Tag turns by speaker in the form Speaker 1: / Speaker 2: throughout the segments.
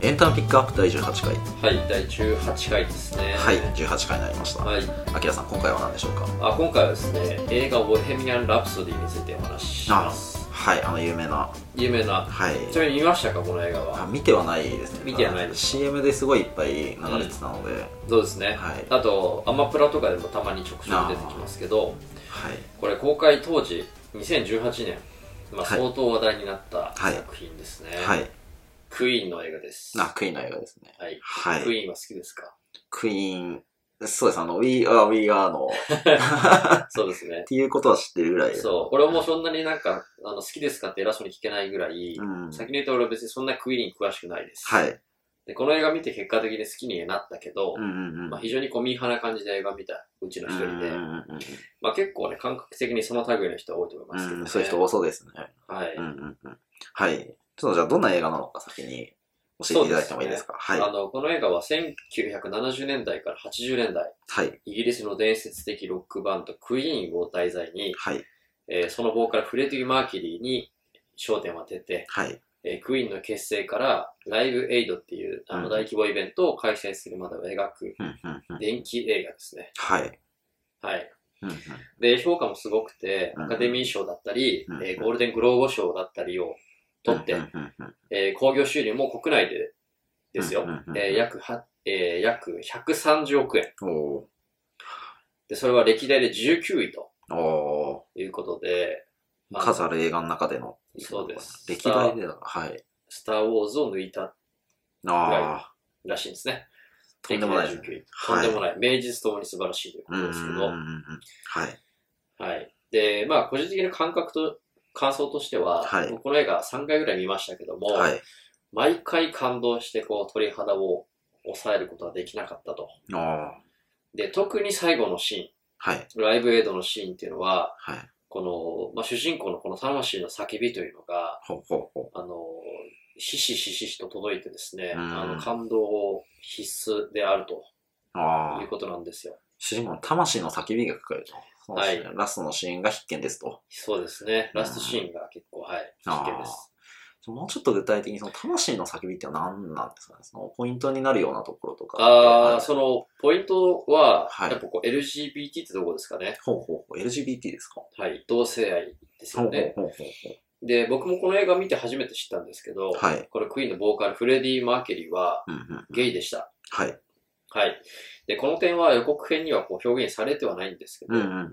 Speaker 1: エンタのピックアップ第18回
Speaker 2: はい、第18回ですね。
Speaker 1: はい18回になりました
Speaker 2: はい。
Speaker 1: あきらさん今回は何でしょうか
Speaker 2: あ、今回はですね、映画ボヘミアン・ラプソディについてお話しします。
Speaker 1: はいあの有名な
Speaker 2: 有名な。
Speaker 1: はい
Speaker 2: ちなみに見ましたか、この映画
Speaker 1: あ
Speaker 2: は。
Speaker 1: 見てはないですね
Speaker 2: 見てはない
Speaker 1: あ
Speaker 2: で
Speaker 1: の
Speaker 2: す
Speaker 1: CM ですごいいっぱい流れてたので、
Speaker 2: そうですね。
Speaker 1: はい
Speaker 2: あと、アマプラとかでもたまにちょくちょく出てきますけど、
Speaker 1: はい
Speaker 2: これ公開当時、2018年、まあ、
Speaker 1: はい
Speaker 2: 相当話題になった
Speaker 1: はい
Speaker 2: 作品ですね。
Speaker 1: はい
Speaker 2: クイーンの映画です。
Speaker 1: あクイーンの映画ですね
Speaker 2: はい。
Speaker 1: はい
Speaker 2: クイーンは好きですか
Speaker 1: クイーンそうですあの We are We are のっ
Speaker 2: そうですね。
Speaker 1: ていうことは知ってるぐらい
Speaker 2: そう。俺もそんなになんか、あの好きですかって偉そうに聞けないぐらい、
Speaker 1: うん
Speaker 2: 先に言うと俺は別にそんなクイーンに詳しくないです。
Speaker 1: はい
Speaker 2: で、この映画見て結果的に好きになったけど、
Speaker 1: うんうんうん
Speaker 2: まあ、非常にこうミーハーな感じで映画見たうちの一人で、
Speaker 1: うんうんうん
Speaker 2: まあ結構ね、感覚的にその類の人は多いと思いますけど、
Speaker 1: う
Speaker 2: ね
Speaker 1: んそういう人多そうですね
Speaker 2: はい、
Speaker 1: うんうんうんはいちょっとじゃあどんな映画なのか先に教えていただいてもいいですかはい
Speaker 2: あの、この映画は1970年代から80年代、
Speaker 1: はい
Speaker 2: イギリスの伝説的ロックバンドクイーンを題材に、
Speaker 1: はい
Speaker 2: えーそのボーカルフレディ・マーキュリーに焦点を当てて、
Speaker 1: はい
Speaker 2: えークイーンの結成からライブエイドっていうあ
Speaker 1: う
Speaker 2: の
Speaker 1: ん
Speaker 2: 大規模イベントを開催するまでを描く
Speaker 1: うんうんうん
Speaker 2: 電気映画ですね。
Speaker 1: はい
Speaker 2: はい。
Speaker 1: うんうん
Speaker 2: で、評価もすごくて、
Speaker 1: うん
Speaker 2: アカデミー賞だったり、
Speaker 1: うん
Speaker 2: えーゴールデングローブ賞だったりを取って、
Speaker 1: うんうんうん
Speaker 2: えー興行収入も国内でですよ
Speaker 1: うんうんう。ん
Speaker 2: えー約は、えー約130億円。
Speaker 1: うんおー
Speaker 2: で、それは歴代で19位と
Speaker 1: お
Speaker 2: いうことで、
Speaker 1: ー数ある映画の中での。
Speaker 2: そうです
Speaker 1: 歴代でだから、はい。
Speaker 2: スター・ウォーズを抜いた
Speaker 1: ああ、
Speaker 2: らしいんですね。
Speaker 1: とんでもないです
Speaker 2: 歴代19位。
Speaker 1: はい
Speaker 2: とんでもない。名実ともに素晴らしいというこ
Speaker 1: うんう
Speaker 2: と
Speaker 1: ん
Speaker 2: ですけ
Speaker 1: うん
Speaker 2: ど、
Speaker 1: うん。はい。
Speaker 2: はい。で、まあ、個人的な感覚と、感想としては、
Speaker 1: はい
Speaker 2: 僕この映画3回ぐらい見ましたけども、
Speaker 1: はい。
Speaker 2: 毎回感動して、こう、鳥肌を抑えることはできなかったと。
Speaker 1: ああ、
Speaker 2: で、特に最後のシ
Speaker 1: はい。
Speaker 2: ーン、ライブエイドのシーンっていうのは、
Speaker 1: はい。
Speaker 2: この、まあ、主人公のこの魂の叫びというのが、
Speaker 1: ほうほうほ
Speaker 2: あの、ひしひしひしと届いてですね、
Speaker 1: うん
Speaker 2: あの感動を必須であると
Speaker 1: う。あ
Speaker 2: いう
Speaker 1: あ、
Speaker 2: ことなんですよ。
Speaker 1: 主人公の魂の叫びがかかると。そうですね
Speaker 2: は
Speaker 1: ラストのシーンが必見ですと。
Speaker 2: そうですね。ラストシーンが結構、はい、危
Speaker 1: あー
Speaker 2: 険です。
Speaker 1: もうちょっと具体的に、その魂の叫びって何なんですかね。そのポイントになるようなところとか。
Speaker 2: ああ、
Speaker 1: はい
Speaker 2: その、ポイントは、
Speaker 1: はい
Speaker 2: やっぱこう LGBT ってどこですかね。
Speaker 1: ほうほうほう。LGBT ですか
Speaker 2: はい、同性愛です
Speaker 1: ほう
Speaker 2: よ
Speaker 1: ほう
Speaker 2: ね。
Speaker 1: ほうほう
Speaker 2: で、僕もこの映画見て初めて知ったんですけど、
Speaker 1: ほう。はい。
Speaker 2: これクイーンのボーカル、フレディ・マーケリーは
Speaker 1: うんうん。
Speaker 2: ゲイでした。
Speaker 1: はい。
Speaker 2: はい。で、この点は予告編にはこう表現されてはないんですけど、
Speaker 1: うんうんうん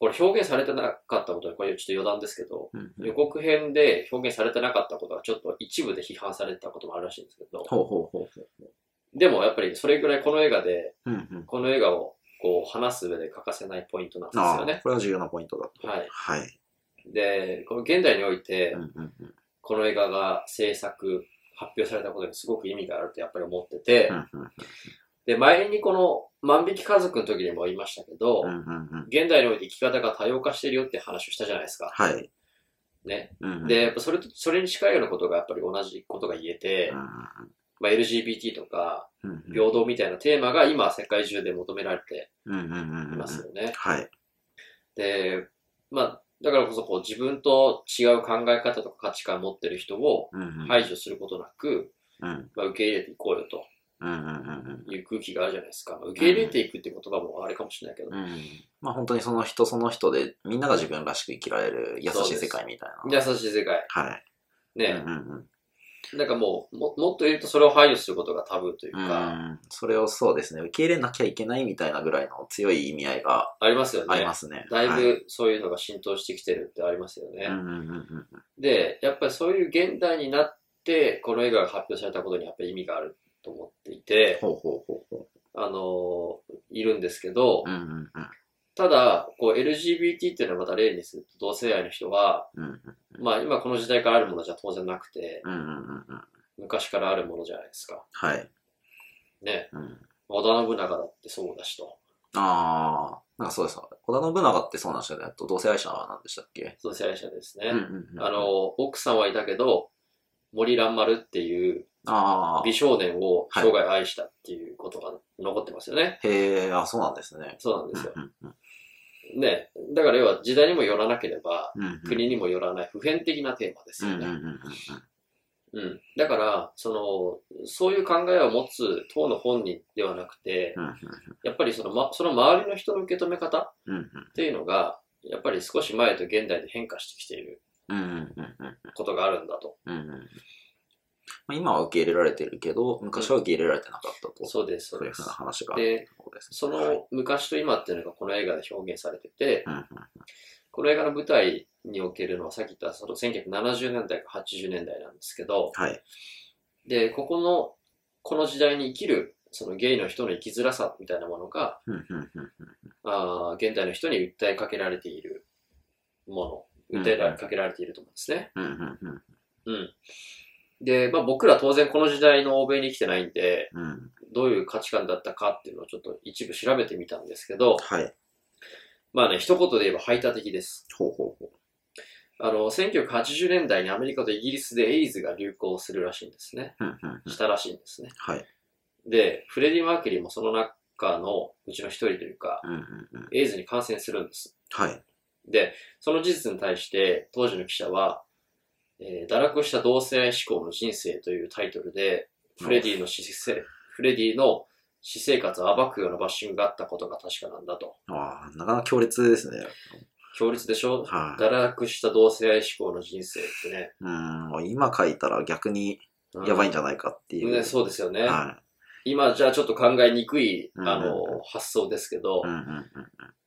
Speaker 2: これ表現されてなかったことで、これちょっと余談ですけど、
Speaker 1: うんう
Speaker 2: 予
Speaker 1: ん。
Speaker 2: 告編で表現されてなかったことがちょっと一部で批判されてたこともあるらしいんですけど、
Speaker 1: ほうほうほうほう。
Speaker 2: でもやっぱりそれぐらいこの映画で、
Speaker 1: うんうん。
Speaker 2: この映画をこう話す上で欠かせないポイントなんです
Speaker 1: あ
Speaker 2: よ
Speaker 1: あ
Speaker 2: ね。
Speaker 1: これは重要なポイントだと。
Speaker 2: はい
Speaker 1: はい。
Speaker 2: で、この現代において
Speaker 1: うん、うんうん。
Speaker 2: この映画が制作、発表されたことにすごく意味があるとやっぱり思ってて、
Speaker 1: うんうん
Speaker 2: で、前にこの万引き家族の時にも言いましたけど、
Speaker 1: うんうんうん。
Speaker 2: 現代において生き方が多様化してるよって話をしたじゃないですか。
Speaker 1: はい。
Speaker 2: ね。
Speaker 1: うんうん
Speaker 2: で、やっぱそれと、それに近いようなことがやっぱり同じことが言えて
Speaker 1: う、ん
Speaker 2: まあ、LGBT とか、
Speaker 1: うんうん
Speaker 2: 平等みたいなテーマが今世界中で求められて
Speaker 1: うんうんうん
Speaker 2: い
Speaker 1: うん
Speaker 2: ますよね。
Speaker 1: はい。
Speaker 2: で、まあ、だからこそこう自分と違う考え方とか価値観を持ってる人を
Speaker 1: うんうん
Speaker 2: 排除することなく、
Speaker 1: うん
Speaker 2: まあ、受け入れていこうよと
Speaker 1: うんうんうん
Speaker 2: いう空気があるじゃないですか。まあ受け入れていくって言葉もあれかもしれないけど、
Speaker 1: うんうんまあ本当にその人その人でみんなが自分らしく生きられる優しい世界みたいな。
Speaker 2: 優しい世界。
Speaker 1: はい。
Speaker 2: ね
Speaker 1: う、んうんうん
Speaker 2: なんかもうも、もっと言うとそれを排除することがタブーという
Speaker 1: う
Speaker 2: か、
Speaker 1: んそれをそうですね、受け入れなきゃいけないみたいなぐらいの強い意味合いが
Speaker 2: ありますよ
Speaker 1: あり
Speaker 2: ね
Speaker 1: ま。すね。
Speaker 2: だい
Speaker 1: はい
Speaker 2: ぶそういうのが浸透してきてるってありますよね。
Speaker 1: うんうんうん
Speaker 2: で、やっぱりそういう現代になって、この映画が発表されたことにやっぱり意味があると思っていて、
Speaker 1: ほうほうほうほ
Speaker 2: あのーいるんですけど
Speaker 1: う。う、んうんうん
Speaker 2: ただ、こう LGBT っていうのはまた例にすると同性愛の人は、
Speaker 1: うんうん
Speaker 2: まあ今この時代からあるものじゃ当然なくて、
Speaker 1: うんうんうんうん
Speaker 2: 昔からあるものじゃないですか。
Speaker 1: はい。
Speaker 2: ね。
Speaker 1: うん
Speaker 2: 織田信長だってそうだしと。
Speaker 1: ああ、なんかそうです。織田信長ってそうなんですよね。あと同性愛者は何でしたっけ
Speaker 2: 同性愛者ですね。
Speaker 1: うんうんうん
Speaker 2: あの、、奥さんはいたけど、森蘭丸っていう
Speaker 1: ああ
Speaker 2: 美、少年を生涯愛したっていうことが残ってますよね。
Speaker 1: へえ、あそうなんですね。
Speaker 2: そうなんですよ。
Speaker 1: うんうん
Speaker 2: ね。だから要は時代にもよらなければ、
Speaker 1: うんうん
Speaker 2: 国にもよらない普遍的なテーマです
Speaker 1: うん
Speaker 2: よ
Speaker 1: うんうん
Speaker 2: ね。
Speaker 1: うんうん
Speaker 2: うん。だから、その、そういう考えを持つ当の本人ではなくて、
Speaker 1: うんうん
Speaker 2: やっぱりその、ま、その周りの人の受け止め方
Speaker 1: うんうん
Speaker 2: っていうのが、やっぱり少し前と現代で変化してきている
Speaker 1: うんうんうんうん
Speaker 2: ことがあるんだと。
Speaker 1: うんうんまあ、今は受け入れられてるけど、昔は受け入れられてなかったと。
Speaker 2: そうです、そ
Speaker 1: そうういう
Speaker 2: で
Speaker 1: ふう
Speaker 2: す
Speaker 1: な。話がある
Speaker 2: で、
Speaker 1: ところですね。
Speaker 2: そ
Speaker 1: はい
Speaker 2: の昔と今っていうのがこの映画で表現されてて、
Speaker 1: うんうん
Speaker 2: この映画の舞台におけるのはさっき言ったその1970年代か80年代なんですけど、
Speaker 1: はい。
Speaker 2: で、ここの、この時代に生きる、そのゲイの人の生きづらさみたいなものが、
Speaker 1: うんうんうん
Speaker 2: あー現代の人に訴えかけられているもの、訴えかけられていると思うんですね。
Speaker 1: うんうんうん
Speaker 2: うん。で、まあ僕ら当然この時代の欧米に生きてないんで、
Speaker 1: うんうん
Speaker 2: どういう価値観だったかっていうのをちょっと一部調べてみたんですけど、
Speaker 1: はい。
Speaker 2: まあね、一言で言えば排他的です。
Speaker 1: ほうほうほ
Speaker 2: あの、1980年代にアメリカとイギリスでエイズが流行するらしいんですね。
Speaker 1: う。うんうんうん
Speaker 2: したらしいんですね。
Speaker 1: はい。
Speaker 2: で、フレディ・マーキュリーもその中のうちの一人というか、
Speaker 1: うんうんうん
Speaker 2: エイズに感染するんです。
Speaker 1: はい。
Speaker 2: で、その事実に対して当時の記者は、えー堕落した同性愛思考の人生というタイトルで、フレディの私生、フレディの私生活を暴くようなバッシングがあったことが確かなんだと。
Speaker 1: ああ、なかなか強烈ですね。
Speaker 2: 強烈でしょ
Speaker 1: はい。
Speaker 2: 堕落した同性愛思考の人生ってね。
Speaker 1: うん、もう今書いたら逆にやばいんじゃないかっていう。
Speaker 2: ね、そうですよね。
Speaker 1: は
Speaker 2: 今じゃあちょっと考えにくい、
Speaker 1: うん
Speaker 2: あの、発想ですけど
Speaker 1: い。う、んうんうん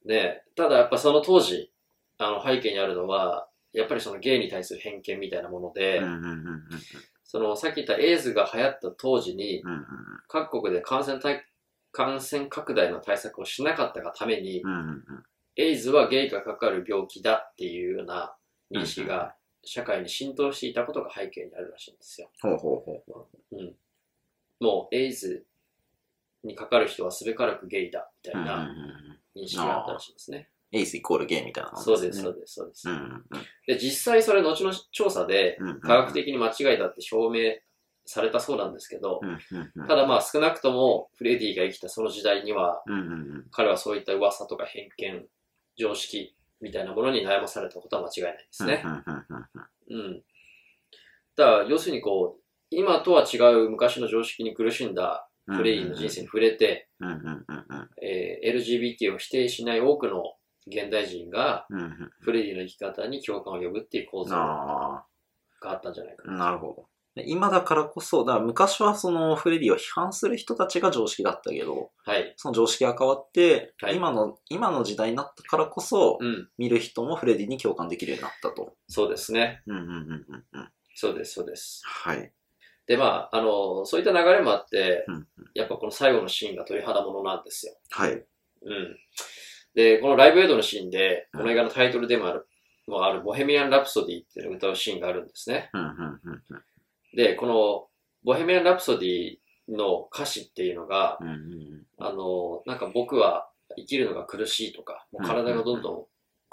Speaker 2: ね、ただやっぱその当時、あの背景にあるのは、やっぱりそのゲイに対する偏見みたいなもので、
Speaker 1: うんうんうんうん
Speaker 2: そのさっき言ったエイズが流行った当時に、
Speaker 1: うん
Speaker 2: 各国で感染対感染拡大の対策をしなかったがために、
Speaker 1: うんうんうん
Speaker 2: エイズはゲイがかかる病気だっていうような認識が社会に浸透していたことが背景にあるらしいんですよ。
Speaker 1: ほうほうほう。
Speaker 2: うん。もうエイズにかかる人はすべからくゲイだみた
Speaker 1: うん
Speaker 2: い
Speaker 1: うんう
Speaker 2: なん認識があったらしいんですね。
Speaker 1: エースイコールゲイみたいなもん
Speaker 2: そうです、そう
Speaker 1: ね。
Speaker 2: です、そうです
Speaker 1: うんう。ん
Speaker 2: で、実際それ後の調査で、
Speaker 1: うんうん
Speaker 2: 科学的に間違いだって証明されたそうなんですけど
Speaker 1: う、んうんうん
Speaker 2: ただまあ少なくともフレディが生きたその時代には、
Speaker 1: うんうんうん
Speaker 2: 彼はそういった噂とか偏見、常識みたいなものに悩まされたことは間違いないですね
Speaker 1: う。んうんうん
Speaker 2: うん。だから、要するにこう、今とは違う昔の常識に苦しんだ
Speaker 1: うん
Speaker 2: フレディの人生に触れて、
Speaker 1: うんうんうんうん
Speaker 2: えー LGBT を否定しない多くの現代人が
Speaker 1: うんうん
Speaker 2: フレディの生き方に共感を呼ぶっていう構造が
Speaker 1: あ
Speaker 2: あったんじゃないか
Speaker 1: あ、
Speaker 2: な。
Speaker 1: なるほど。で今だからこそ、だから昔はそのフレディを批判する人たちが常識だったけど、
Speaker 2: はい。
Speaker 1: その常識が変わって、
Speaker 2: はい
Speaker 1: 今の、今の時代になったからこそ、
Speaker 2: うん。
Speaker 1: 見る人もフレディに共感できるようになったと。
Speaker 2: そうですね。
Speaker 1: うんうんうんうんうん。
Speaker 2: そうです、そうです。
Speaker 1: はい。
Speaker 2: で、まあ、あの、そういった流れもあって
Speaker 1: うん、
Speaker 2: やっぱこの最後のシーンが鳥肌ものなんですよ。
Speaker 1: はい。
Speaker 2: うん。で、このライブエイドのシーンで、
Speaker 1: う
Speaker 2: こ
Speaker 1: ん
Speaker 2: の映画のタイトルでもある、もある、ボヘミアン・ラプソディっていうのを歌うシーンがあるんですね。
Speaker 1: うんうんうん
Speaker 2: で、この、ボヘミアン・ラプソディの歌詞っていうのが、
Speaker 1: うん。うんうん
Speaker 2: あの、なんか僕は生きるのが苦しいとか、もう体がどんどん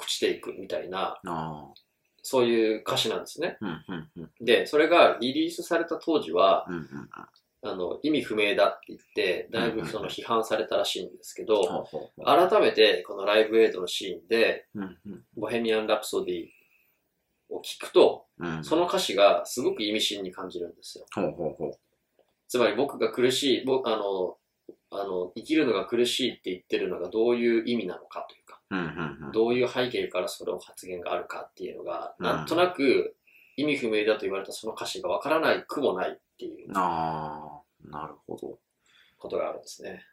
Speaker 2: 朽ちていくみたいな、
Speaker 1: うん。あ
Speaker 2: そういう歌詞なんですね。
Speaker 1: あ。うんうんうん
Speaker 2: で、それがリリースされた当時は、
Speaker 1: うんうん。
Speaker 2: あの、意味不明だって言って、だいぶその批判されたらしいんですけ
Speaker 1: ほ
Speaker 2: ど、
Speaker 1: うほうほう
Speaker 2: 改めてこのライブエイドのシーンで、
Speaker 1: うんうん
Speaker 2: ボヘミアン・ラプソディを聞くと、
Speaker 1: うん。
Speaker 2: その歌詞がすごく意味深に感じるんですよ。
Speaker 1: ほうほうほ
Speaker 2: つまり僕が苦しい、僕、あの、あの、生きるのが苦しいって言ってるのがどういう意味なのかというか、
Speaker 1: う。うんうんうん。
Speaker 2: どういう背景からそれを発言があるかっていうのが、
Speaker 1: うん
Speaker 2: なんとなく意味不明だと言われたその歌詞がわからないくもないっていう
Speaker 1: ああ、なるほど。
Speaker 2: ことがあるんですね。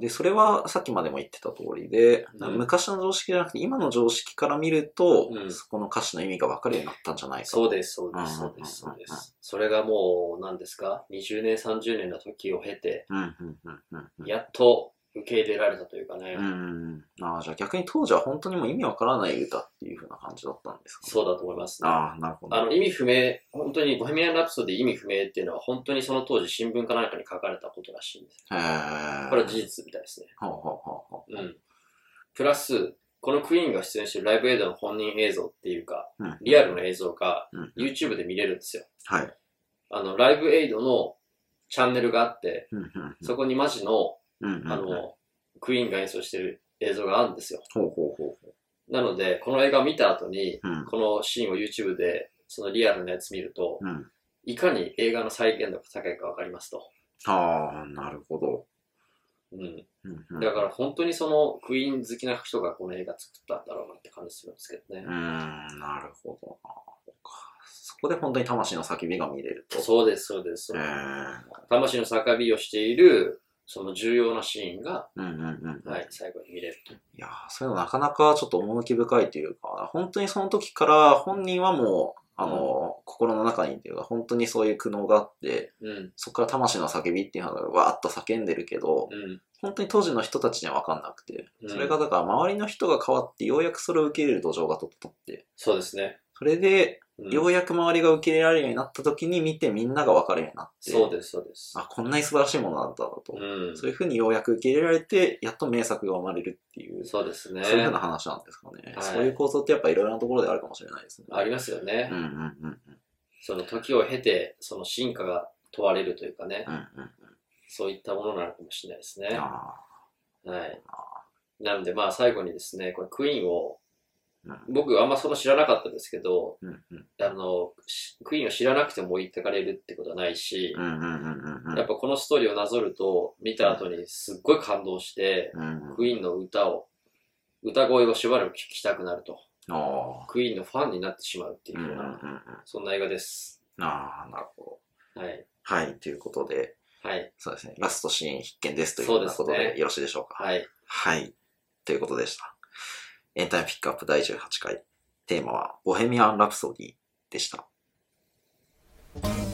Speaker 1: で、それはさっきまでも言ってた通りで、
Speaker 2: うん
Speaker 1: 昔の常識じゃなくて、今の常識から見ると、
Speaker 2: うん
Speaker 1: そこの歌詞の意味が分かるようになったんじゃないか
Speaker 2: そう
Speaker 1: で
Speaker 2: です、そうで
Speaker 1: うん
Speaker 2: す、そうです、
Speaker 1: うん
Speaker 2: そうです。それがもう、何ですか ?20 年、30年の時を経て、
Speaker 1: うん、うん、うん、うんうん。
Speaker 2: やっと受け入れられたというかね、
Speaker 1: うん。ああ、じゃあ逆に当時は本当にもう意味わからない歌っていう風な感じだったんですかね
Speaker 2: そうだと思いますね。
Speaker 1: ああ、なるほど。
Speaker 2: あの、意味不明、本当にボヘミアン・ラプソディ意味不明っていうのは、本当にその当時新聞かなんかに書かれたことらしいんです。
Speaker 1: へえ。
Speaker 2: これは事実みたいですね。
Speaker 1: ほうほうほうほう。
Speaker 2: うん。プラス、このクイーンが出演してるライブエイドの本人映像っていうか、
Speaker 1: うん
Speaker 2: リアルの映像が
Speaker 1: うん。
Speaker 2: YouTube で見れるんですよ。
Speaker 1: はい。
Speaker 2: あの、ライブエイドのチャンネルがあって、
Speaker 1: うん、うん。
Speaker 2: そこにマジの
Speaker 1: うん、うん。
Speaker 2: あ
Speaker 1: ほう
Speaker 2: の、クイーンが演奏してる映像があるんですよ。
Speaker 1: ほうほうほ
Speaker 2: なので、この映画を見た後に、
Speaker 1: う。うん。
Speaker 2: このシーンを YouTube で、そのリアルなやつ見ると、
Speaker 1: うん。
Speaker 2: いかに映画の再現度が高いかわかりますと。
Speaker 1: ああ、なるほど。
Speaker 2: うん。
Speaker 1: うんうん
Speaker 2: だから本当にそのクイーン好きな人がこの映画作ったんだろうなって感じするんですけどね
Speaker 1: う。ーん、なるほどな。そっかそこで本当に魂の叫びが見れると。
Speaker 2: そうです、そうです。
Speaker 1: えー
Speaker 2: 魂の叫びをしている、その重要なシーンが、
Speaker 1: うんうんうんうん。、
Speaker 2: はいい、最後に見れると。
Speaker 1: やーそういうのなかなかちょっと趣深いというか、本当にその時から本人はもう、あの、心の中にというか、本当にそういう苦悩があって、
Speaker 2: うん、
Speaker 1: そこから魂の叫びっていうのがわーっと叫んでるけど、
Speaker 2: うん、
Speaker 1: 本当に当時の人たちには分かんなくて、
Speaker 2: うん
Speaker 1: それがだから周りの人が変わって、ようやくそれを受け入れる土壌が整って、
Speaker 2: そうですね。
Speaker 1: それで、
Speaker 2: うん
Speaker 1: ようやく周りが受け入れられるようになった時に見てみんなが分かるようになって、
Speaker 2: そうです、そうです。
Speaker 1: あ、こんなに素晴らしいものなんだと。
Speaker 2: うん、
Speaker 1: そういうふうにようやく受け入れられて、やっと名作が生まれるっていう、
Speaker 2: そうですね。
Speaker 1: そういうふうな話なんですかね。
Speaker 2: はい
Speaker 1: そういう構造ってやっぱいろいろなところであるかもしれないですね。
Speaker 2: ありますよね。
Speaker 1: うんうんうんうん
Speaker 2: その時を経て、その進化が問われるというかね、
Speaker 1: うんうん。
Speaker 2: そういったものなのかもしれないですね。
Speaker 1: あ
Speaker 2: はい。なので、まあ最後にですね、これクイーンを
Speaker 1: うん、
Speaker 2: 僕あんまその知らなかったですけど、
Speaker 1: ーうんうん
Speaker 2: あの、しクイーンを知らなくても置いてかれるってことはないし、
Speaker 1: うんうんうんうんうん
Speaker 2: やっぱこのストーリーをなぞると、見た後にすっごい感動して、
Speaker 1: うんうん
Speaker 2: クイーンの歌を、歌声をしばらく聴きたくなると、
Speaker 1: あ
Speaker 2: クイーンのファンになってしまうってい
Speaker 1: ーうん
Speaker 2: う
Speaker 1: う
Speaker 2: ようん
Speaker 1: うんう
Speaker 2: な、
Speaker 1: ん
Speaker 2: そんな映画です。
Speaker 1: あーなるほど。
Speaker 2: はい。
Speaker 1: はい、ということで、
Speaker 2: はい。
Speaker 1: そうですね、ラストシーン必見ですという
Speaker 2: そう
Speaker 1: よう
Speaker 2: で
Speaker 1: な
Speaker 2: すね
Speaker 1: ことでよろしいでしょうか。
Speaker 2: はい。
Speaker 1: はい、ということでした。エンタイムピックアップ第18回、テーマはボヘミアン・ラプソディでした。
Speaker 3: 「